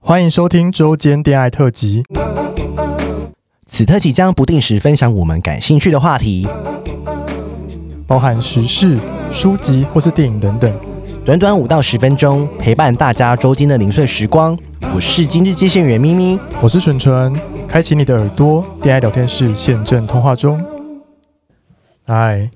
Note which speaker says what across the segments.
Speaker 1: 欢迎收听周间恋爱特辑，
Speaker 2: 此特辑将不定时分享我们感兴趣的话题，
Speaker 1: 包含时事、书籍或是电影等等。
Speaker 2: 短短五到十分钟，陪伴大家周间的零碎时光。我是今日接线员咪咪。
Speaker 1: 我是纯纯，开启你的耳朵，恋爱聊天室现正通话中。哎，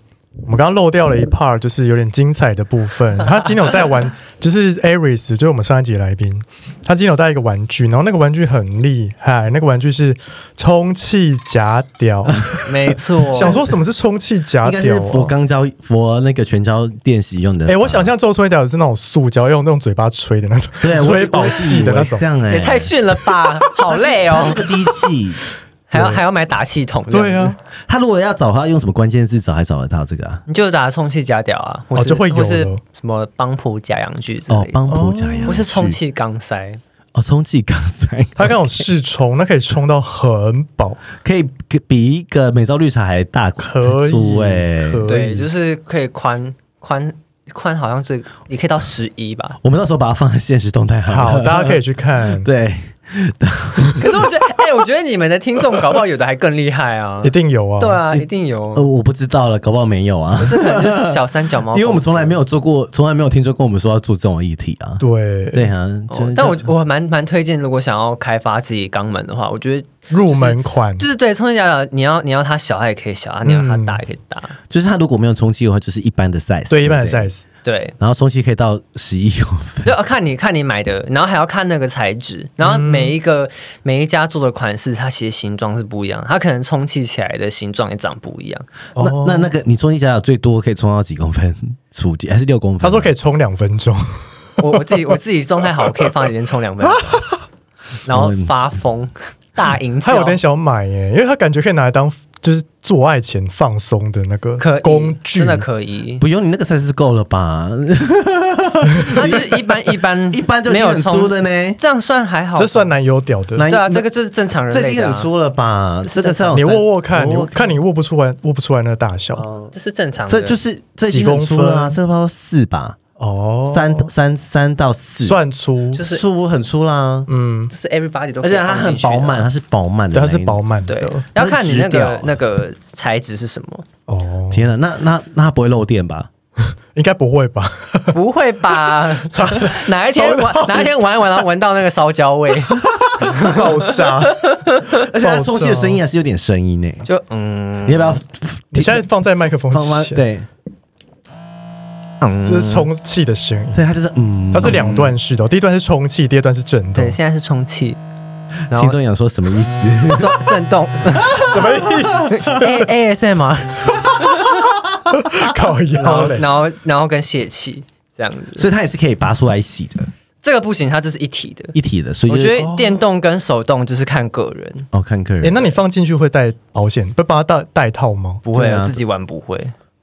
Speaker 1: 我们刚刚漏掉了一 part，就是有点精彩的部分。他今天有带 玩，就是 Aris，就是我们上一集的来宾，他今天有带一个玩具，然后那个玩具很厉害，那个玩具是充气夹 屌。
Speaker 3: 没错，
Speaker 1: 想说什么是充气夹
Speaker 4: 应该是
Speaker 1: 屌、
Speaker 4: 佛
Speaker 1: 啊？
Speaker 4: 钢胶佛那个全胶练习用的。
Speaker 1: 哎、我想象周春屌是那种塑胶，用那种嘴巴吹的那种，
Speaker 4: 对，我
Speaker 1: 吹宝气的那种
Speaker 4: 我以为是这。样哎、
Speaker 3: 也太逊了吧，好累
Speaker 4: 它是
Speaker 3: 哦，
Speaker 4: 个机器，
Speaker 3: 还要还要买打气筒。
Speaker 1: 对，啊，
Speaker 4: 他如果要找他用什么关键字找，还找得到这个啊？
Speaker 3: 你就打充气夹屌啊，或
Speaker 1: 哦
Speaker 3: 是、
Speaker 1: 就会有
Speaker 3: 或是
Speaker 1: 了
Speaker 3: 什么帮浦假阳具之类
Speaker 4: 哦
Speaker 3: 的，，
Speaker 4: 帮浦假阳，
Speaker 3: 不是充气钢塞，
Speaker 4: 哦，充气钢塞，
Speaker 1: 它那种试冲，那可以冲到很饱，
Speaker 4: 可以比一个美洲绿茶还大
Speaker 1: 可以
Speaker 4: 粗，哎、
Speaker 1: 可
Speaker 3: 对，
Speaker 1: 以，
Speaker 3: 就是可以宽宽宽，好像最也可以到十一 吧。
Speaker 4: 我们到时候把它放在现实动态好了
Speaker 1: 好，大家可以去看，
Speaker 4: 对，
Speaker 3: 可是我觉得，哎、我觉得你们的听众搞不好有的还更厉害啊
Speaker 1: 一，定有啊。
Speaker 3: 对，啊，一定有，
Speaker 4: 呃，我不知道了，搞不好没有啊，
Speaker 3: 这可能就是小三
Speaker 1: 哦
Speaker 3: 角 猫，
Speaker 4: 因为我们从来没有做过，从来没有听说过我们说要做这种议题啊。
Speaker 1: 对
Speaker 4: 对啊，就
Speaker 3: 哦。但我我蛮蛮推荐，如果想要开发自己肛门的话，我觉得
Speaker 1: 入门款
Speaker 3: 就是对充气夹屌，你要你要它小，它也可以小；啊你要它大，
Speaker 1: 嗯
Speaker 3: 也可以大。
Speaker 4: 就是他如果没有充气的话，就是一般的 size，
Speaker 1: 对一般的
Speaker 4: 不
Speaker 1: size，
Speaker 3: 对，
Speaker 4: 然后充气可以到十一公分。
Speaker 3: 就要哦看你看你买的，然后还要看那个材质，然后每一个、每一家做的款式，它其实形状是不一样，它可能充气起来的形状也长不一样。
Speaker 1: 哦
Speaker 4: 那那那个你充气夹角最多可以充到几公分？触底还是六公分？啊
Speaker 1: 他说可以冲两分钟，
Speaker 3: 我我自己我自己状态好，我可以放在里面充两分 钟，然后发疯大吟
Speaker 1: 他有
Speaker 3: 叫，
Speaker 1: 点想买耶，因为他感觉可以拿来当就是做爱前放松的那个
Speaker 3: 可以
Speaker 1: 工具
Speaker 3: 真。的可以，
Speaker 4: 不用，你那个 size 够了吧？
Speaker 3: 它就是一 般一般
Speaker 4: 一般就
Speaker 3: 没
Speaker 4: 是
Speaker 3: 有
Speaker 4: 很
Speaker 3: 充
Speaker 4: 粗的，呢，
Speaker 3: 这样算还好，
Speaker 1: 这算男友屌的，
Speaker 4: 男
Speaker 3: 对啊，
Speaker 4: 那
Speaker 3: 这个这是正常人
Speaker 4: 这已
Speaker 3: 类
Speaker 4: 经
Speaker 3: 的、
Speaker 4: 很
Speaker 3: 啊。
Speaker 4: 粗了吧？
Speaker 3: 这是
Speaker 4: 这个是
Speaker 3: 正
Speaker 4: 要
Speaker 1: 你握握看，
Speaker 4: 我
Speaker 1: 你
Speaker 4: 握
Speaker 1: 看你握不出来，握不出来那个大小
Speaker 3: 哦，这是正常的，
Speaker 4: 这就是这已经很粗了啊，
Speaker 1: 几
Speaker 4: 这个包括四吧，
Speaker 1: 哦，
Speaker 4: 三三三到四，
Speaker 1: 算粗，
Speaker 3: 就是
Speaker 4: 粗很粗啦，
Speaker 1: 嗯，
Speaker 3: 这是 everybody 都可
Speaker 4: 而
Speaker 3: 以
Speaker 4: 且它
Speaker 3: 放进
Speaker 4: 很
Speaker 3: 去的啊，
Speaker 4: 饱满，它是饱满的
Speaker 1: 对，它
Speaker 4: 那一
Speaker 1: 是
Speaker 4: 种，
Speaker 1: 饱满
Speaker 3: 对
Speaker 1: 的，
Speaker 3: 要看你那
Speaker 4: 它是
Speaker 3: 个
Speaker 4: 直
Speaker 3: 那个材质是什么。
Speaker 1: 哦，
Speaker 4: 天哪，那那那它不会漏电吧？
Speaker 1: 应该不会 吧？
Speaker 3: 不会吧？哪一天玩哪一天玩一玩，然后闻到那个烧焦味，
Speaker 1: 爆炸！
Speaker 4: 而且它充气的声音还是有点声音呢。
Speaker 3: 就嗯，
Speaker 4: 你要不要
Speaker 1: 你现在放在麦克风
Speaker 4: 放吗？
Speaker 1: 前，，
Speaker 4: 对
Speaker 1: 这是充气的声音，
Speaker 4: 对，它就是嗯，
Speaker 1: 它是两段式的哦，第一段是充气，第二段是震动
Speaker 3: 对，，现在是充气，然
Speaker 4: 听
Speaker 3: 后
Speaker 4: 众想说什么意 思？
Speaker 3: 震震动
Speaker 1: 什么意思？
Speaker 3: A A S M R，
Speaker 1: 靠
Speaker 3: 然
Speaker 1: 腰
Speaker 3: 后
Speaker 1: 嘞，
Speaker 3: 然后然后跟泄气这样子，
Speaker 4: 所以它也是可以拔出来洗的，
Speaker 3: 这个不行，它这是一体的。
Speaker 4: 一体的。所以
Speaker 3: 我
Speaker 4: 就是
Speaker 3: 觉得电动跟手动就是看个人，
Speaker 4: 哦，看客人。
Speaker 1: 哎，那你放进去会带保险，会帮它戴戴套吗？
Speaker 3: 不会
Speaker 4: 对啊
Speaker 3: 我自己玩不会。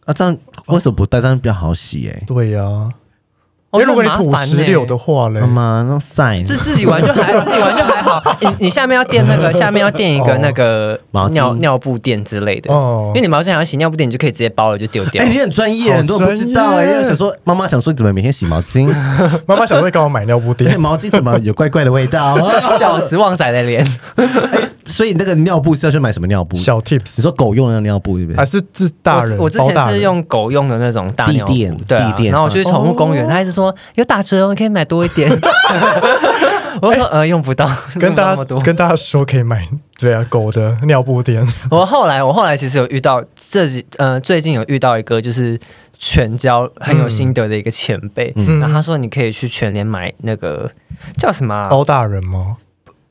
Speaker 4: 啊，这样为什么不戴？这样比较好洗哎、
Speaker 1: 对呀，因
Speaker 3: 哦
Speaker 1: 为如果你
Speaker 3: 这很
Speaker 1: 土
Speaker 3: 麻烦欸
Speaker 1: 石
Speaker 3: 呢嗯
Speaker 1: 榴的话嘞
Speaker 4: 那，么啊那晒
Speaker 3: 自自己玩就还自己玩就还好，你你下面要垫那个，下面要垫一个那个
Speaker 4: 毛巾
Speaker 3: 尿尿布垫之类的，
Speaker 1: 哦
Speaker 3: 因为你毛巾想要洗尿布垫，你就可以直接包了就丢掉
Speaker 4: 哎、。你很专业，
Speaker 1: 好
Speaker 4: 很多人不知道哎、
Speaker 1: 专业
Speaker 4: 想说妈妈想说你怎么每天洗 毛巾？
Speaker 1: 妈妈想会刚我买尿布
Speaker 4: 哎、
Speaker 1: 垫，
Speaker 4: 毛巾怎么有怪怪的味道？
Speaker 3: 笑死旺仔的脸，
Speaker 4: 所以那个尿布是要去买什么尿布？
Speaker 1: 小
Speaker 4: 你
Speaker 1: tips
Speaker 4: 说狗用的尿布对不
Speaker 1: 还
Speaker 4: 对？
Speaker 1: 是自 大人
Speaker 3: 我我之
Speaker 1: 包
Speaker 3: 前
Speaker 1: 大
Speaker 3: 是
Speaker 1: 人
Speaker 3: 用狗用的那种大
Speaker 4: 地
Speaker 3: 尿布
Speaker 4: 垫
Speaker 3: 对啊
Speaker 4: 地，垫
Speaker 3: 然后
Speaker 1: 嗯
Speaker 3: 我去宠物
Speaker 1: 哦
Speaker 3: 公园，他一直说有打折哦，你可以买多一 点。 我说呃用不到，
Speaker 1: 跟大
Speaker 3: 用不到那
Speaker 1: 家
Speaker 3: 么多。
Speaker 1: 跟大家说可以买对啊狗的尿布垫，
Speaker 3: 我后来我后来其实有遇到这几呃最近有遇到一个就是全交很有心得的一个前辈，
Speaker 1: 嗯
Speaker 3: 然后他说你可以去全联买那个叫什么啊、
Speaker 1: 包大人吗？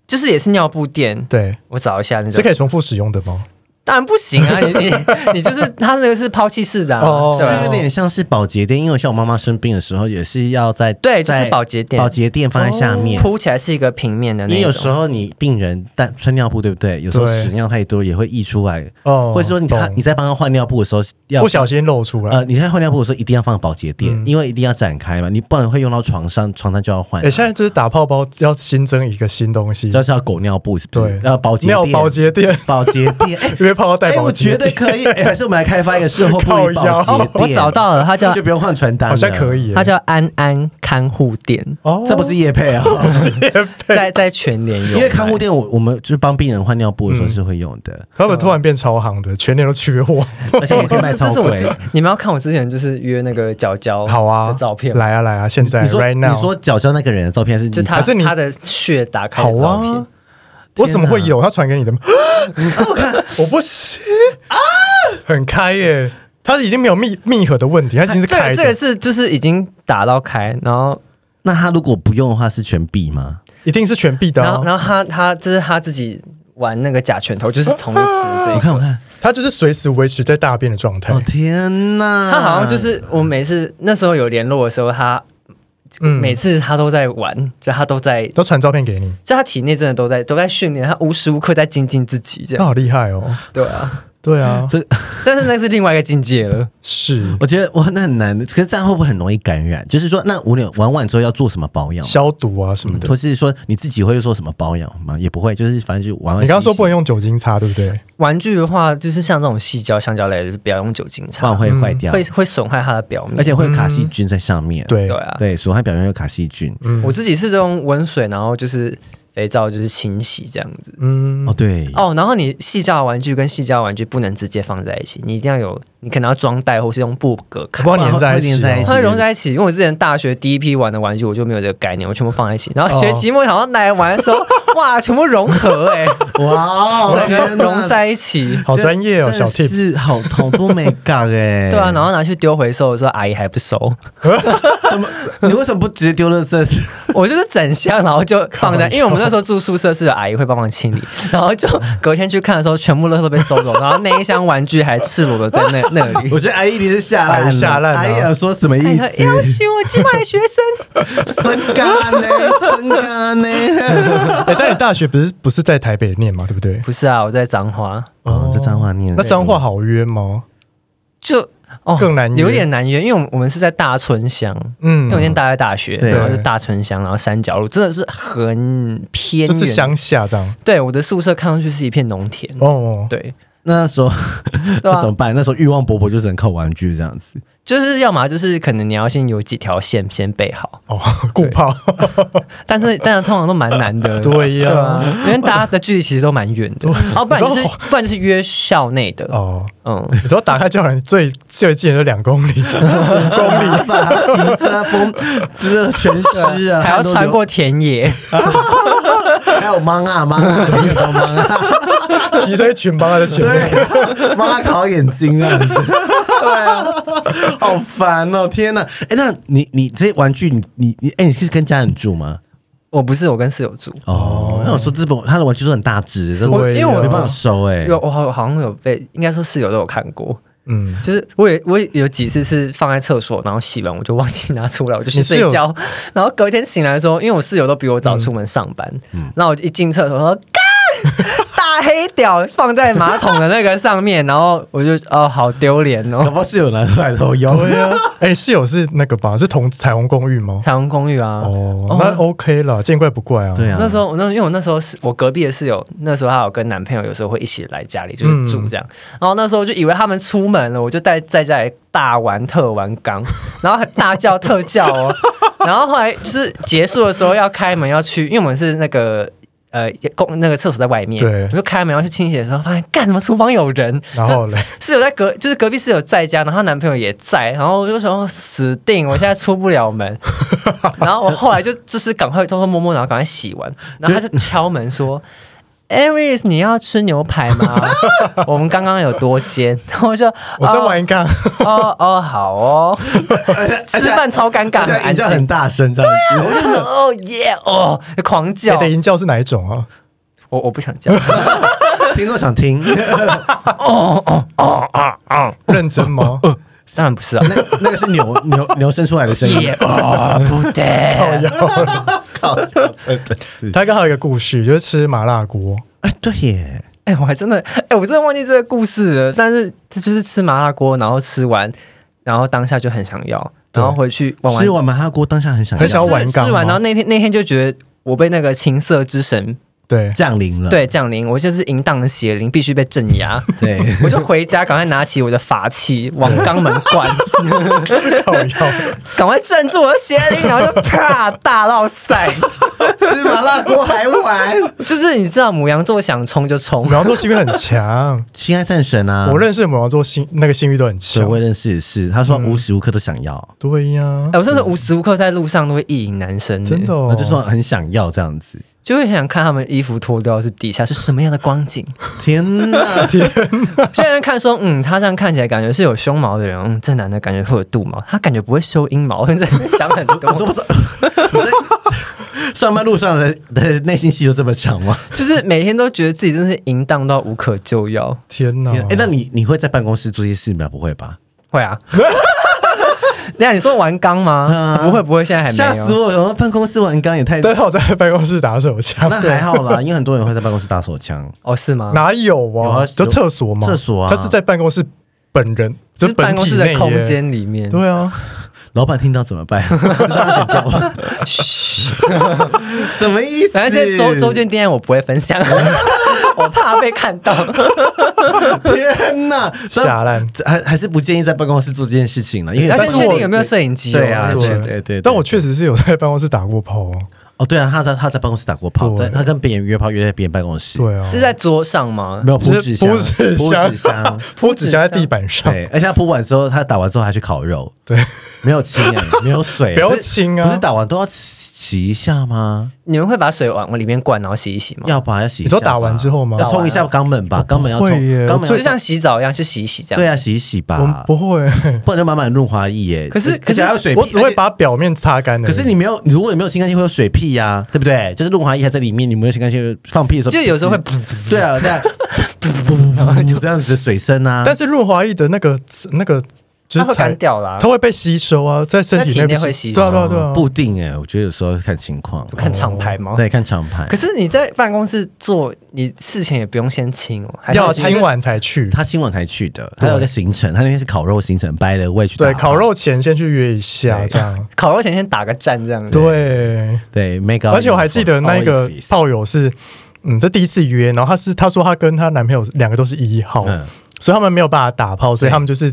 Speaker 3: 就是也是尿布垫，
Speaker 1: 哦对，
Speaker 3: 我找一下那
Speaker 1: 是
Speaker 3: 个
Speaker 1: 可。以重复使用的吗？
Speaker 3: 当然不行啊，你你你就是他那个是抛弃式的、啊，
Speaker 1: 哦
Speaker 3: 对
Speaker 4: 是不
Speaker 3: 啊
Speaker 4: 是有点像是保洁垫？因为像我妈妈生病的时候，也是要在
Speaker 3: 对就是
Speaker 4: 在
Speaker 3: 保洁垫
Speaker 4: 保洁垫放在下
Speaker 1: 哦
Speaker 4: 面。
Speaker 3: 铺起来是一个平面的那
Speaker 4: 因
Speaker 3: 种。
Speaker 4: 为有时候你病人但穿尿布对不对？有时候
Speaker 1: 对
Speaker 4: 屎尿太多也会溢出来，
Speaker 1: 哦
Speaker 4: 或者说你他
Speaker 1: 懂
Speaker 4: 你在帮他换尿布的时候要
Speaker 1: 不嗯小心露出来
Speaker 4: 呃，。你在换尿布的时候一定要放保洁垫，因为一定要展开嘛，你不然会用到床上，床上就要换。
Speaker 1: 哎、现在就是打泡包要新增一个新东西，
Speaker 4: 就是要狗尿布是不是呃
Speaker 1: 对？
Speaker 4: 要保洁
Speaker 1: 尿
Speaker 4: 垫，
Speaker 1: 保洁垫，
Speaker 4: 保洁垫。哎
Speaker 1: 原会泡到带
Speaker 4: 哎，
Speaker 1: 保
Speaker 4: 我
Speaker 1: 洁
Speaker 4: 觉得
Speaker 1: 垫，
Speaker 4: 可以，哎还是我们来开发一个售后部
Speaker 1: 靠
Speaker 4: 位保
Speaker 1: 腰
Speaker 4: 洁
Speaker 3: 我
Speaker 4: 店
Speaker 3: 找，到了，它叫
Speaker 4: 就不用换传单，
Speaker 1: 好像可， 以耶。
Speaker 3: 它叫安安看护店，
Speaker 1: 哦，
Speaker 4: 这不是叶配啊。
Speaker 3: 在在全年有
Speaker 4: 因
Speaker 3: 卖，
Speaker 4: 为看护店，我我们就是帮病人换尿布的时候是会用的，
Speaker 1: 他们突然变超行的，全年都缺 货。
Speaker 4: 而且也可以卖
Speaker 3: 这
Speaker 4: 超
Speaker 3: 哦是我
Speaker 4: 贵
Speaker 3: 之。你们要看我之前就是约那个角角
Speaker 1: 好啊
Speaker 3: 的，照片吗，
Speaker 1: 来啊来啊，现在
Speaker 4: 你说
Speaker 1: right
Speaker 4: 你
Speaker 1: now，
Speaker 4: 说脚胶那个人的照片是
Speaker 3: 就
Speaker 4: 你
Speaker 1: 嗯
Speaker 3: 他
Speaker 1: 还是你
Speaker 3: 他的血打开
Speaker 1: 好
Speaker 3: 的照片
Speaker 1: 啊，，我怎么会有？他传给你 的吗？ 我不行啊，很开耶。他已经没有密密合的问题，他已
Speaker 4: 哎
Speaker 1: 经是
Speaker 3: 这
Speaker 1: 开
Speaker 3: 个这
Speaker 1: 的
Speaker 3: 个，是就是已经打到开，然后
Speaker 4: 那他如果不用的话是全闭吗？
Speaker 1: 一定是全闭的
Speaker 3: 然后
Speaker 1: 啊。
Speaker 3: 然后他他这是他自己玩那个假拳头，就是同一只这
Speaker 4: 我
Speaker 3: 一
Speaker 4: 看
Speaker 3: 个。
Speaker 4: 我看，
Speaker 1: 他就是随时维持在大便的状态
Speaker 4: 哦。天哪！
Speaker 3: 他好像就是我每次那时候有联络的时候，他
Speaker 1: 嗯
Speaker 3: 每次他都在玩，就他都在，
Speaker 1: 都传照片给你，
Speaker 3: 就他体内真的都在都在训练，他无时无刻在精进自己这
Speaker 1: 他
Speaker 3: 样。
Speaker 1: 好厉害哦。
Speaker 3: 对啊，
Speaker 1: 对啊，
Speaker 4: 这，哦
Speaker 3: 但是那是另外一个境界了。
Speaker 1: 是
Speaker 4: 我觉得哇，那很难。可是这样会不会很容易感染？就是说，那我玩完之后要做什么保养？
Speaker 1: 消毒啊什么的
Speaker 4: 或。是说你自己会做什么保养吗？也不会，就是反正就玩完洗洗。
Speaker 1: 你刚刚说不能用酒精擦，对不对？
Speaker 3: 玩具的话，就是像这种细胶、橡胶类的，就是不要用酒精
Speaker 4: 不然
Speaker 3: 擦，
Speaker 4: 会坏
Speaker 1: 啊
Speaker 4: 掉，
Speaker 3: 嗯会会损害它的表面。
Speaker 4: 而且会有卡细菌在上面。
Speaker 1: 对
Speaker 3: 对，啊，
Speaker 4: 对，损害表面会有卡细菌。
Speaker 1: 嗯
Speaker 3: 我自己是用温水，然后就是肥皂，就是清洗这样子。
Speaker 1: 嗯
Speaker 4: 哦，，对，
Speaker 3: 哦，然后你细胶玩具跟细胶玩具不能直接放在一起，你一定要有，你可能要装袋或是用布隔开
Speaker 1: 不。要粘在一
Speaker 4: 会粘在
Speaker 1: 起
Speaker 4: 一
Speaker 1: 哦。
Speaker 3: 它会融在一起，因为我之前大学第一批玩的玩具，我就没有这个概念，我全部放在一起。然后学期末想要拿来玩的 时候，哇，全部融合哎、
Speaker 4: 哇哦，
Speaker 3: 整个
Speaker 4: 天哪
Speaker 3: 融在一起。
Speaker 1: 好专业哦，小
Speaker 4: 真
Speaker 1: tips。
Speaker 4: 是好好多美感哎。
Speaker 3: 对啊，然后拿去丢回收的时候，阿姨还不收，
Speaker 4: 你为什么不直接丢垃圾？
Speaker 3: 我就是整箱，然后就放在，因为我们那时候住宿舍是有阿姨会帮忙清理， 然后就隔天去看的时候，全部垃圾都被收走，然后那一箱玩具还赤裸的在那 那里。
Speaker 4: 我觉得阿姨你是下
Speaker 1: 阿
Speaker 4: 烂
Speaker 1: 姨
Speaker 4: 了，
Speaker 1: 下烂了
Speaker 4: 阿姨有说什么意思？
Speaker 3: 要许我今晚学生，
Speaker 4: 生干呢，生干呢。
Speaker 1: 哎，但你大学不是不是在台北念嘛，对不对？
Speaker 3: 不是啊，我在彰化，
Speaker 4: 哦，这脏话念，
Speaker 1: 那脏话好约吗？
Speaker 3: 就哦
Speaker 1: 更难约
Speaker 3: 有点难约，因为我们我们是在大村乡，因为
Speaker 1: 嗯，
Speaker 3: 我念大在大学，
Speaker 4: 对
Speaker 3: 然后是大村乡，然后山脚路，真的是很偏远，
Speaker 1: 就是乡下这样。
Speaker 3: 对，我的宿舍看上去是一片农田，
Speaker 1: 哦，
Speaker 3: 对
Speaker 4: 那时候
Speaker 3: 对
Speaker 4: 那怎
Speaker 3: 啊
Speaker 4: 么，办？那时候欲望勃勃，就只能靠玩具这样子。
Speaker 3: 就是要么就是可能你要先有几条线先备好。
Speaker 1: 哦， 顾泡。
Speaker 3: 但是但是通常都蛮难的，
Speaker 1: 对呀
Speaker 3: 啊因为大家的距离其实都蛮远的。哦，不然就
Speaker 1: 你
Speaker 3: 是
Speaker 1: 说
Speaker 3: 不然就是约校内的，
Speaker 1: 哦，
Speaker 3: 嗯，
Speaker 1: 你知道打开教人最最近的就两公里， 五公里。
Speaker 4: 麻烦骑车风，就是全湿啊，
Speaker 3: 还要穿过田野，
Speaker 4: 还有，还有芒啊芒啊，什么都芒啊，
Speaker 1: 骑着一群帮他的前面，
Speaker 4: 对，芒啊烤眼睛这样子，
Speaker 3: 对啊，
Speaker 4: 好烦哦！天哪，哎，那你你这些玩具，你你你，哎，你是跟家人住吗？
Speaker 3: 我不是我跟室友住，
Speaker 4: 哦，那我说这本他的玩具都很大只，真的
Speaker 1: 对
Speaker 3: 因为我
Speaker 4: 没办法收哎。
Speaker 3: 有我好好像有被，应该说室友都有看过，
Speaker 1: 嗯，
Speaker 3: 就是我也我也有几次是放在厕所，然后洗完我就忘记拿出来，我就去
Speaker 1: 你室
Speaker 3: 睡
Speaker 1: 友
Speaker 3: 觉，然后隔天醒来的时候，因为我室友都比我早出门上班，然后我就一进厕所说干。 大黑屌放在马桶的那个上面，然后我就哦，好丢脸哦
Speaker 4: 搞！不好是有拿出来偷用。
Speaker 1: 对啊。哎，你室友是那个吧？是同彩虹公寓吗？
Speaker 3: 彩虹公寓啊。
Speaker 1: 哦，那 OK 了，见怪不怪啊。
Speaker 4: 对啊，
Speaker 3: 那时候我那因为我那时候是我隔壁的室友，那时候她有跟男朋友有时候会一起来家里
Speaker 1: 嗯
Speaker 3: 就是住这样，然后那时候就以为他们出门了，我就在在家里大玩特玩刚，然后还大叫特叫哦，然后后来就是结束的时候要开门要去，因为我们是那个。呃，公那个厕所在外面，
Speaker 1: 对
Speaker 3: 我就开门要去清洗的时候，发现干什么厨房有人，
Speaker 1: 然后嘞，
Speaker 3: 室友在隔，就是隔壁室友在家，然后她男朋友也在，然后我就想哦死定，我现在出不 了门。然后我后来就就是赶快偷偷摸摸，然后赶快洗完，然后他就敲门说。Aries，你要吃牛排 吗？我们刚刚有多煎，然后我就
Speaker 1: 我在玩一啊杠，
Speaker 3: 哦哦哦好 哦，吃饭超尴
Speaker 4: 而
Speaker 3: 尬，
Speaker 4: 且
Speaker 3: 很
Speaker 4: 他
Speaker 3: 安
Speaker 4: 音效很
Speaker 3: 静，
Speaker 4: 大声这样子，我就想
Speaker 3: 哦耶哦，狂
Speaker 1: 你
Speaker 4: 哎
Speaker 3: 叫，
Speaker 1: 的音教是哪一种啊？
Speaker 3: 我我不想叫，
Speaker 4: 听众想听。 哦
Speaker 1: 认真吗？
Speaker 3: 当然不是啊，
Speaker 4: 那那个是牛牛牛生出来的声音
Speaker 3: 耶，哦不 对，
Speaker 4: 靠，真的是。
Speaker 1: 他刚好有一个故事，就是吃麻辣锅，
Speaker 4: 哎，对耶，
Speaker 3: 哎、我还真的，哎、我真的忘记这个故事了。但是他就是吃麻辣锅，然后吃完，然后当下就很想要，然后回去玩玩
Speaker 4: 吃，完麻辣锅当下很想
Speaker 1: 哦
Speaker 4: 要，
Speaker 1: 很想要玩
Speaker 3: 吃
Speaker 1: 缸
Speaker 3: 吃
Speaker 1: 吗嗯
Speaker 3: 完，然后那天那天就觉得我被那个情色之神
Speaker 1: 对，
Speaker 4: 降临了，
Speaker 3: 对，降临，我就是淫荡的邪灵，必须被镇压。
Speaker 4: 对，
Speaker 3: 我就回家，赶快拿起我的法器往肛门灌，
Speaker 1: 靠腰
Speaker 3: 赶快镇住我的邪灵，然后就啪大落塞。
Speaker 4: 吃麻辣锅还玩，
Speaker 3: 就是你知道，母羊座想冲就冲
Speaker 1: 母，羊座性欲很 强，
Speaker 4: 心爱战神啊！
Speaker 1: 我认识的母羊座性那个性欲都很
Speaker 4: 对，
Speaker 1: 强。
Speaker 4: 我认识也是，他说无时无刻都想要，
Speaker 1: 对呀
Speaker 3: 哎、，我真的无时无刻在路上都会意淫男生、
Speaker 1: 真的，
Speaker 3: 欸，
Speaker 1: 哦
Speaker 4: 我就，说很想要这样子。
Speaker 3: 就会很想看他们衣服脱掉是底下是什么样的光 景。
Speaker 4: 天哪，
Speaker 3: 虽然看说，嗯，他这样看起来感觉是有胸毛的人，嗯，这男的感觉会有肚毛，他感觉不会修阴毛，你在那边想很
Speaker 4: 都
Speaker 3: 多，
Speaker 4: 不知道。 上班路上的的内心戏就这么强吗？
Speaker 3: 就是每天都觉得自己真是淫荡到无可救药。
Speaker 1: 天哪！
Speaker 4: 哎、那你你会在办公室做些事吗？不会吧？
Speaker 3: 会 啊，等一下你说玩 钢吗？
Speaker 1: 啊
Speaker 3: 不会不会，现在还
Speaker 4: 吓
Speaker 3: 没
Speaker 4: 死
Speaker 3: 有。
Speaker 4: 我！然后办公室玩刚也太……
Speaker 1: 但他有在办公室打手枪，
Speaker 4: 那还好啦，因 为很多人会在办公室打手枪。
Speaker 3: 哦，是吗？
Speaker 1: 哪有
Speaker 4: 有
Speaker 1: 啊？
Speaker 4: 啊
Speaker 1: 就厕所嘛，
Speaker 4: 厕所啊
Speaker 1: 他是在办公室本人，
Speaker 3: 就
Speaker 1: 就是本
Speaker 3: 办公室
Speaker 1: 体内
Speaker 3: 的
Speaker 1: 耶
Speaker 3: 空。间里面，
Speaker 1: 对啊，
Speaker 4: 老板听到怎么 办？什么意思？
Speaker 3: 反正现在周周间恋爱我不会 分享，我怕被看到。
Speaker 4: 天哪，
Speaker 1: 下烂。
Speaker 4: 这还还是不建议在办公室做这件事情了，因为
Speaker 3: 要
Speaker 1: 但
Speaker 3: 先
Speaker 1: 是
Speaker 3: 确
Speaker 1: 我
Speaker 3: 定有没有摄影机哦。
Speaker 4: 对啊
Speaker 3: 我就觉得
Speaker 4: 对对对
Speaker 1: 但我确实是有在办公室打过炮哦。
Speaker 4: 哦，对啊，他在他在办公室打过炮，
Speaker 1: 对
Speaker 4: 在他跟别人约炮约在别人办公室，
Speaker 1: 对啊，
Speaker 3: 是在桌上吗？
Speaker 4: 没有
Speaker 1: 就
Speaker 4: 铺
Speaker 1: 是铺纸
Speaker 4: 纸箱，铺
Speaker 1: 箱
Speaker 4: 哦纸箱，
Speaker 1: 铺纸箱在地板上，
Speaker 4: 对，而且他铺完之后，他打完之后还去烤肉，
Speaker 1: 对，
Speaker 4: 没有清哎，没有水，
Speaker 1: 不要亲
Speaker 4: 不是
Speaker 1: 啊！
Speaker 4: 打完都要洗一下吗？
Speaker 3: 你们会把水往里面灌，然后洗一洗吗？
Speaker 4: 要吧，要洗一
Speaker 1: 你
Speaker 4: 下吧。
Speaker 1: 说打完之后吗？
Speaker 4: 要冲一下肛门吧，肛门要冲，
Speaker 1: 我不会耶
Speaker 4: 肛
Speaker 1: 我
Speaker 4: 门要
Speaker 1: 最
Speaker 3: 就像洗澡一样去洗一洗这样。
Speaker 4: 对啊，洗一洗
Speaker 1: 我们
Speaker 4: 吧，
Speaker 1: 不会，
Speaker 4: 不然就满满润滑液耶。
Speaker 3: 可是
Speaker 4: 而且而且还有水屁，
Speaker 1: 我只会把表面擦干的。
Speaker 4: 而且。可是你没有，如果你没有清干净，会有水屁呀、对不对？就是润滑液还在里面，你没有清干净，放屁的时候，
Speaker 3: 就有时候会，
Speaker 4: 对啊，对啊，噗就这样子的水声啊。
Speaker 1: 但是润滑液的那个那个就
Speaker 3: 它
Speaker 1: 是
Speaker 3: 会
Speaker 1: 材
Speaker 3: 干，掉啦
Speaker 1: 它。会被吸收啊，在身体
Speaker 3: 那体内
Speaker 1: 被
Speaker 3: 会吸收
Speaker 1: 对啊对啊对啊，
Speaker 4: 不定哎、我觉得有时候看情况，哦
Speaker 3: 看厂牌吗？
Speaker 4: 对，看厂牌
Speaker 3: 可。是你在办公室做，你事前也不用先清哦，还是
Speaker 1: 要
Speaker 3: 还是
Speaker 1: 清完才去。
Speaker 4: 他今晚才去的，他有一个行程，他那天是烤肉行程，掰了我也去打
Speaker 1: 对，烤，肉前先去约一下这样。
Speaker 3: 烤肉前先打个战这样子。
Speaker 1: 对，
Speaker 4: 对，make up。
Speaker 1: 而且我还记得那个炮友是，嗯，这第一次约，然后她是她说她跟她男朋友两个都是一号，
Speaker 4: 嗯
Speaker 1: 所以他们没有办法打炮，所以
Speaker 4: 对
Speaker 1: 他们就是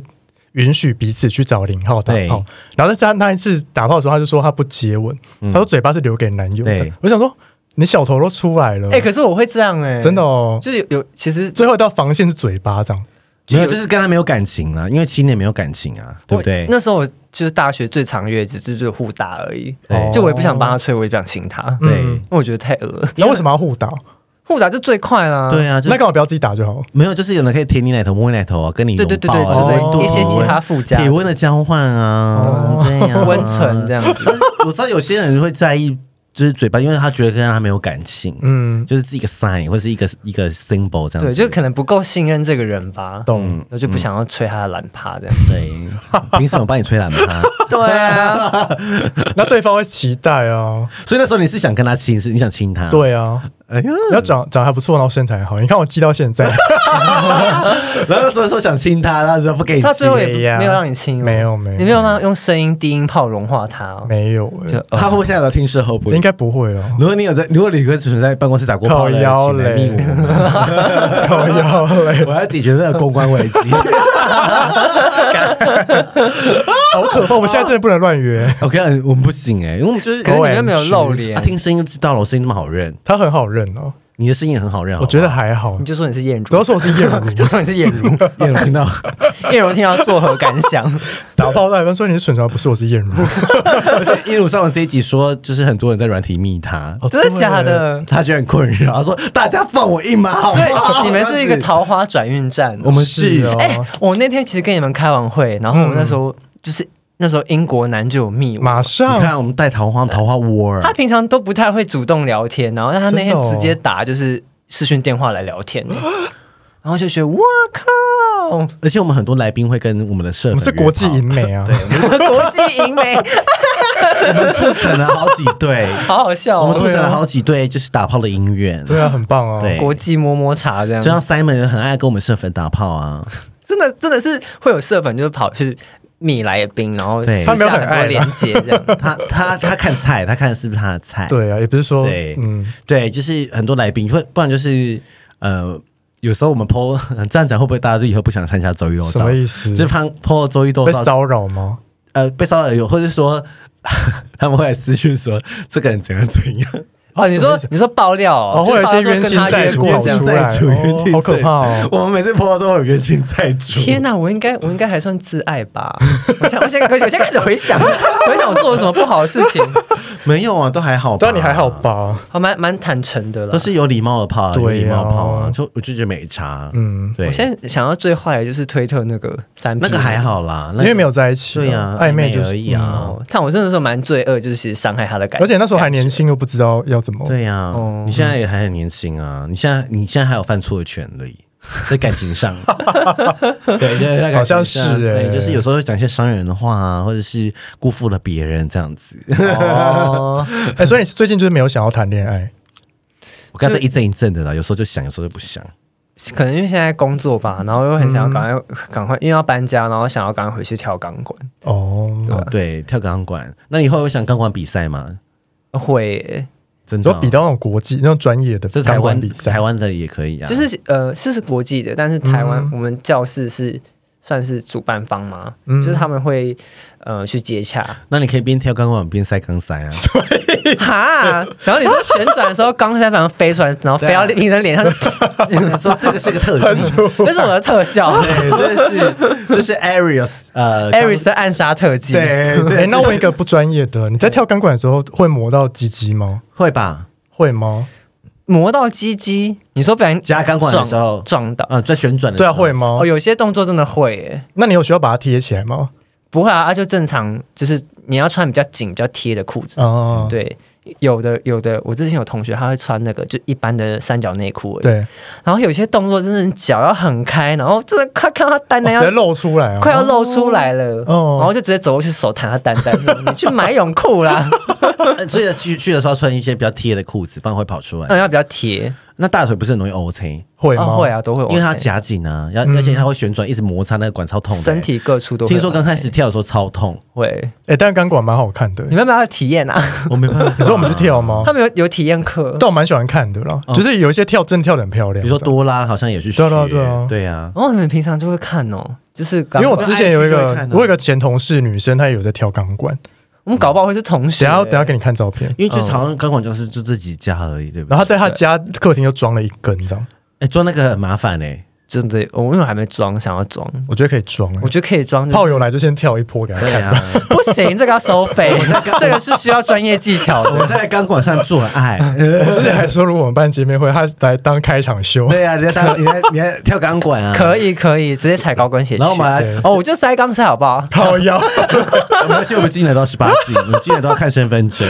Speaker 1: 允许彼此去找零号打
Speaker 4: 对
Speaker 1: 炮。然后但是他那一次打炮的时候，他就说他不接吻，他说嘴巴是留给男友的
Speaker 4: 对。
Speaker 1: 我想说，你小头都出来了，
Speaker 3: 哎，可是我会这样哎，
Speaker 1: 真的，哦。
Speaker 3: 就是有其实
Speaker 1: 最后一道防线是嘴巴这样，
Speaker 4: 没有，就是跟他没有感情啊啦，因为七年没有感情啊，对不对
Speaker 3: 我？那时候我就是大学最常约，只是就互打而已
Speaker 4: 哦
Speaker 1: 对，
Speaker 3: 就我也不想帮他吹，我也不想亲他，因
Speaker 4: 对
Speaker 1: 哦嗯
Speaker 3: 为我觉得太恶了。
Speaker 1: 那为什么要互打？
Speaker 3: 互打就最快啦，
Speaker 4: 对啊，就
Speaker 1: 那
Speaker 4: 是
Speaker 1: 干嘛不要自己打就好？
Speaker 4: 没有，就是有人可以舔你奶头、摸你奶头啊，跟你
Speaker 3: 对对对对
Speaker 4: 拥抱啊
Speaker 3: 之类
Speaker 1: 哦
Speaker 3: 的一些其他附加哦
Speaker 4: 体温的交换啊，对呀，
Speaker 3: 温存这样子。
Speaker 4: 但是我知道有些人会在意，就是嘴巴，因为他觉得跟他没有感情，
Speaker 1: 嗯，
Speaker 4: 就是是一个 sign 或是一个一个 symbol 这样
Speaker 3: 对，
Speaker 4: 子。
Speaker 3: 就可能不够信任这个人吧，
Speaker 1: 懂。
Speaker 3: 我就不想要吹他的懒趴这样。
Speaker 4: 对，凭什么帮你吹懒趴？
Speaker 3: 对啊，
Speaker 1: 那对方会期待啊，
Speaker 4: 所以那时候你是想跟他亲，是你想亲他？，
Speaker 1: 对啊，
Speaker 4: 哎呀，
Speaker 1: 要长长得还不错，然后身材好，你看我记到现 在，
Speaker 4: 然后那时候说想亲他，然后说不给你
Speaker 3: 他最
Speaker 4: 亲，
Speaker 3: 后也不
Speaker 1: 谁呀
Speaker 3: 没有让你亲哦，
Speaker 1: 没有没有
Speaker 3: 你没有让他用声音低音炮融化他哦，
Speaker 1: 没有
Speaker 3: 就
Speaker 1: 欸，
Speaker 4: 他会不会现在有听事后不？
Speaker 1: 应该不会了。
Speaker 4: 如果你有在，如果你跟主持人在办公室打过炮的，
Speaker 1: 靠腰
Speaker 4: 请来
Speaker 1: 嘞
Speaker 4: 密我 们，
Speaker 1: 靠腰嘞，
Speaker 4: 我要解决这个公关危机。
Speaker 1: 好可怕！我们现在真的不能乱约，
Speaker 4: 我跟你啊讲，我们不行哎、因为我们就是
Speaker 3: 可是你又没有露脸
Speaker 4: 啊，，听声音就知道了，我声音那么好认，
Speaker 1: 他很好认哦，
Speaker 4: 你的声音也很好认，
Speaker 1: 我觉得还好
Speaker 3: 你。就说你是燕如，
Speaker 1: 不要说我是燕如
Speaker 3: 你就说你是 燕如，
Speaker 4: 得有人听到，
Speaker 3: 燕如听到作何感想？
Speaker 1: 打炮大一般说你是蠢材，不是我是燕如，
Speaker 4: 而且一路上我这一集说，就是很多人在软体密他，
Speaker 3: 真的假的？
Speaker 4: 他觉得很困扰，他说大家放我一马好不
Speaker 3: 所
Speaker 4: 好？
Speaker 3: 以你们是一个
Speaker 4: 这样子，
Speaker 3: 桃花转运站。
Speaker 4: 我们
Speaker 1: 是
Speaker 4: 是
Speaker 1: 哦
Speaker 3: 哎，我那天其实跟你们开完会，然后我那时候就是那时候英国男就有密我。
Speaker 1: 嗯马
Speaker 4: 你
Speaker 1: 上
Speaker 4: 看我们带桃花桃花窝儿
Speaker 3: 他，平常都不太会主动聊天，然后他那天
Speaker 1: 真的哦
Speaker 3: 直接打就是视讯电话来聊 天，然后就觉得哇靠，
Speaker 4: 而且我们很多来宾会跟我们的社，
Speaker 1: 我们是国际银媒啊，
Speaker 3: 国际银媒，
Speaker 4: 促成了好几 对，
Speaker 3: 好好笑
Speaker 4: 我们促
Speaker 3: 哦，
Speaker 4: 成了好几对就是打炮的姻缘，
Speaker 1: 对啊，很棒哦。
Speaker 4: 对
Speaker 3: 国际摸摸茶这样
Speaker 4: 就，像 Simon 很爱跟我们社粉打炮啊，
Speaker 3: 真的真的是会有社粉就是跑去蜜来宾，然后
Speaker 4: 对
Speaker 3: 私
Speaker 1: 他没有
Speaker 3: 下
Speaker 1: 很
Speaker 3: 很
Speaker 1: 爱啦
Speaker 3: 多连接 这样。
Speaker 4: 他他他看菜，他看是不是他的菜。
Speaker 1: 对啊，也不是说
Speaker 4: 对
Speaker 1: 嗯，
Speaker 4: 对，就是很多来宾，会不然就是呃，有时候我们 PO 这样讲，会不会大家就以后不想参加周一豆
Speaker 1: 什
Speaker 4: 照
Speaker 1: 么？意思？
Speaker 4: 就是怕 PO 周一豆
Speaker 1: 被
Speaker 4: 照，
Speaker 1: 骚扰吗？
Speaker 4: 呃，被骚扰有，或者说 他们会来私讯说这个人怎样怎样，
Speaker 3: 哦，你
Speaker 1: 什么
Speaker 3: 说
Speaker 1: 意思
Speaker 3: 你说爆料
Speaker 1: 哦，
Speaker 3: 哦，
Speaker 1: 会有一
Speaker 3: 就是
Speaker 1: 些
Speaker 3: 爆
Speaker 1: 冤
Speaker 3: 料说
Speaker 1: 亲
Speaker 3: 跟他
Speaker 1: 债
Speaker 3: 约
Speaker 1: 主
Speaker 3: 过
Speaker 1: 跑
Speaker 4: 冤亲
Speaker 3: 这样
Speaker 1: 出
Speaker 4: 债
Speaker 1: 来，
Speaker 4: 主冤
Speaker 1: 哦
Speaker 4: 亲
Speaker 1: 好可
Speaker 4: 债主
Speaker 1: 怕哦！
Speaker 4: 我们每次 PO 都会有冤亲债主。
Speaker 3: 天哪、我应该我应该还算自爱吧？我现在我现在我现在开始回想，回想我做了什么不好的事 情，
Speaker 4: 没有啊，都还好吧，
Speaker 1: 但你还好吧？
Speaker 3: 还蛮蛮坦诚的了。
Speaker 4: 都是有礼貌的泡、啊，有
Speaker 1: 对啊
Speaker 4: 礼貌泡啊，就我就觉得没差。
Speaker 1: 嗯，
Speaker 4: 对，
Speaker 3: 我现在想到最坏的就是推特那个三 P，
Speaker 4: 那个还好啦，
Speaker 1: 因
Speaker 4: 那个
Speaker 1: 为没有在一起啊，
Speaker 4: 对啊
Speaker 1: 暧昧就是
Speaker 4: 暧昧而已啊
Speaker 1: 嗯
Speaker 3: 哦。但我真的是蛮罪恶，就是其实伤害他的感觉。
Speaker 1: 而且那时候还年轻，又不知道要怎么。
Speaker 4: 对呀、
Speaker 3: 哦
Speaker 4: 你现在也还很年轻啊，你现在你现在还有犯错的权利， 在感情上，对，就在感情上
Speaker 1: 好像是欸
Speaker 4: 对，就是有时候会讲一些伤人的话啊，或者是辜负了别人这样子。
Speaker 3: 哦，
Speaker 1: 哎，所以你最近就是没有想要谈恋爱？
Speaker 4: 我刚才一阵一阵的啦，有时候就想，有时候就不想。
Speaker 3: 可能因为现在工作吧，然后又很
Speaker 4: 嗯
Speaker 3: 想要赶快赶快，因为要搬家，然后想要赶快回去跳钢管。
Speaker 1: 哦，
Speaker 4: 哦，对，跳钢管，那你以后会想钢管比赛吗？
Speaker 3: 会耶、
Speaker 4: 真
Speaker 1: 你
Speaker 4: 的
Speaker 1: 说
Speaker 4: 哦，
Speaker 1: 比到那种国际、那种专业的
Speaker 4: 这
Speaker 1: 钢
Speaker 4: 台湾
Speaker 1: 管比赛
Speaker 4: 台，湾的也可以啊，
Speaker 3: 就是呃，是是国际的，但是台湾
Speaker 1: 嗯
Speaker 3: 我们教室是算是主办方嘛，
Speaker 1: 嗯
Speaker 3: 就是他们会呃去接 洽
Speaker 4: 那你可以边跳钢管边塞钢塞 啊。
Speaker 3: 哈，然后你说旋转的时候钢塞反而飞出来，然后飞到
Speaker 4: 对啊
Speaker 3: 林人 脸上，
Speaker 4: 说这个是个特技，
Speaker 3: 这是我的 特效
Speaker 4: 对，这是这是 Arius 呃
Speaker 3: ，Aris 的暗杀特技，
Speaker 4: 对对
Speaker 1: 哎，那问一个不专业的，你
Speaker 4: 哦
Speaker 1: 在跳钢管的时候会磨到鸡鸡吗？
Speaker 4: 会吧？
Speaker 1: 会吗？
Speaker 3: 磨到鸡鸡，你说不然
Speaker 4: 加钢管的时候
Speaker 3: 撞到。
Speaker 4: 啊，在旋转的
Speaker 1: 对啊，
Speaker 4: 时候
Speaker 1: 会吗
Speaker 3: 哦，？有些动作真的会耶，
Speaker 1: 那你有需要把它贴起来吗？
Speaker 3: 不会啊，啊就正常，就是你要穿比较紧、比较贴的裤子。
Speaker 1: 哦，
Speaker 4: 嗯
Speaker 3: 对，有的有的，我之前有同学他会穿那个就一般的三角内裤而已，
Speaker 1: 对，
Speaker 3: 然后有些动作真的脚要很开，然后真的快看到他蛋
Speaker 1: 哦
Speaker 3: 蛋
Speaker 1: 直接
Speaker 3: 要、
Speaker 1: 露出来啊！
Speaker 3: 快要露出来了，
Speaker 1: 哦
Speaker 3: 然后就直接走过去手弹他蛋蛋，你去买泳裤啦，
Speaker 4: 呃所以去去的时候穿一些比较贴的裤子，不然会跑出
Speaker 3: 嗯，
Speaker 4: 来。
Speaker 3: 要比较贴，
Speaker 4: 那大腿不是很容易 O C，
Speaker 1: 会
Speaker 3: 哦
Speaker 1: 吗？
Speaker 3: 会啊，都会，
Speaker 4: 因为它夹紧啊，
Speaker 1: 嗯
Speaker 4: 要而且它会旋转，一直摩擦那个管，超痛的。
Speaker 3: 身体各处都会
Speaker 4: 听说刚开始
Speaker 3: 往前
Speaker 4: 跳的时候超痛，
Speaker 3: 会，
Speaker 1: 哎，但钢管蛮好看的。
Speaker 3: 你们要不要体验啊？
Speaker 4: 我没办法。
Speaker 1: 你说我们去跳吗
Speaker 3: 他？们有有体验课
Speaker 1: 但我蛮喜欢看的啦，就是有一些跳真的跳的很漂亮。
Speaker 4: 哦比如说多拉好像也去学，
Speaker 1: 啊对啊对啊
Speaker 4: 对啊，
Speaker 3: 哦，你们平常就会看哦，就是
Speaker 1: 这
Speaker 3: 搞
Speaker 1: 样，因为我之前有一
Speaker 4: 我
Speaker 1: 个
Speaker 4: 在 IG 就会看啊
Speaker 1: 我有一个前同事女生，她也有在跳钢管。
Speaker 3: 我们搞不好会是同学，
Speaker 1: 等一下等一下给你看照片。
Speaker 4: 因为就好像钢管就是就自己加而已，对不
Speaker 1: 然后她
Speaker 4: 对？
Speaker 1: 在她家客厅又装了一根这样，
Speaker 4: 哎，装那个很麻烦哎，
Speaker 3: 真的，我因为我还没装，想要装，
Speaker 1: 我觉得可以装、欸
Speaker 3: 我。觉得可以装、就是
Speaker 1: 炮友来就先跳一波给她
Speaker 4: 对
Speaker 1: 看。
Speaker 4: 啊。
Speaker 3: 不行，这个要收 费，这个是需要专业技巧 的。
Speaker 4: 我在钢管上做 爱，
Speaker 1: 我之前还说，如果我们办见面会，她来当开场秀。
Speaker 4: 对啊，你在当你在你在跳钢管啊，
Speaker 3: 可以可以，直接踩高跟鞋去。
Speaker 4: 然后我们来
Speaker 1: 对
Speaker 3: 哦，我就塞钢塞好不 好？
Speaker 1: 靠腰，
Speaker 4: 我们而且我们今年都十八 禁，我们今年都要看身份证，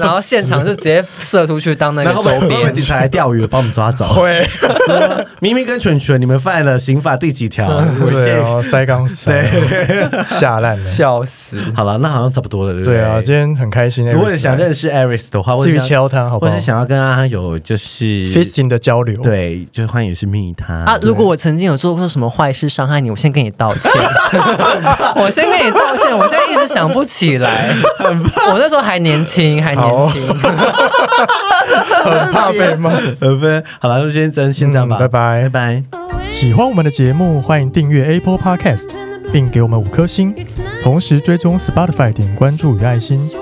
Speaker 3: 然后现场就直接射出去当那个
Speaker 4: 然后
Speaker 3: 手
Speaker 4: 被被
Speaker 3: 边
Speaker 4: 警。察来钓鱼，把我们抓走。
Speaker 1: 会
Speaker 4: 明明跟蠢蠢，你们犯了刑法第几条？
Speaker 1: 对
Speaker 4: 我
Speaker 1: 哦，塞刚塞，吓烂了。
Speaker 3: 笑死！
Speaker 4: 现好了，那好像差不多了，对不
Speaker 1: 对啊，今
Speaker 4: 对
Speaker 1: 天很开心。
Speaker 4: 如果你想
Speaker 1: Aris 来
Speaker 4: 认识 Aris 的话，或
Speaker 1: 至
Speaker 4: 者
Speaker 1: 于
Speaker 4: 想
Speaker 1: 敲他好不
Speaker 4: 或
Speaker 1: 好
Speaker 4: 是想要跟他有就是。
Speaker 1: fisting 的交流，，
Speaker 4: 对，就欢迎是密他
Speaker 3: 啊！如果我曾经有做过什么坏事伤害你，我先跟你道歉，我先跟你道歉，我现在一直想不起来，我那时候还年轻，还年轻，
Speaker 1: 很怕被 骂。
Speaker 4: 呃不，好了，就先先先这样吧，
Speaker 1: 嗯拜拜
Speaker 4: 拜拜。
Speaker 1: 喜欢我们的节目，欢迎订阅 Apple Podcast，并给我们五颗星，同时追踪 Spotify 点关注与爱心。
Speaker 2: 心。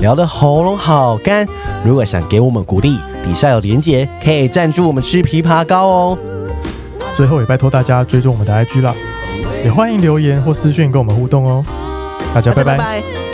Speaker 4: 聊的喉咙好干，如果想给我们鼓励，底下有连结，可以赞助我们吃枇杷膏哦。
Speaker 1: 最后也拜托大家追踪我们的 IG 啦，也欢迎留言或私讯跟我们互动哦。大家
Speaker 4: 大家
Speaker 1: 拜拜
Speaker 4: 拜。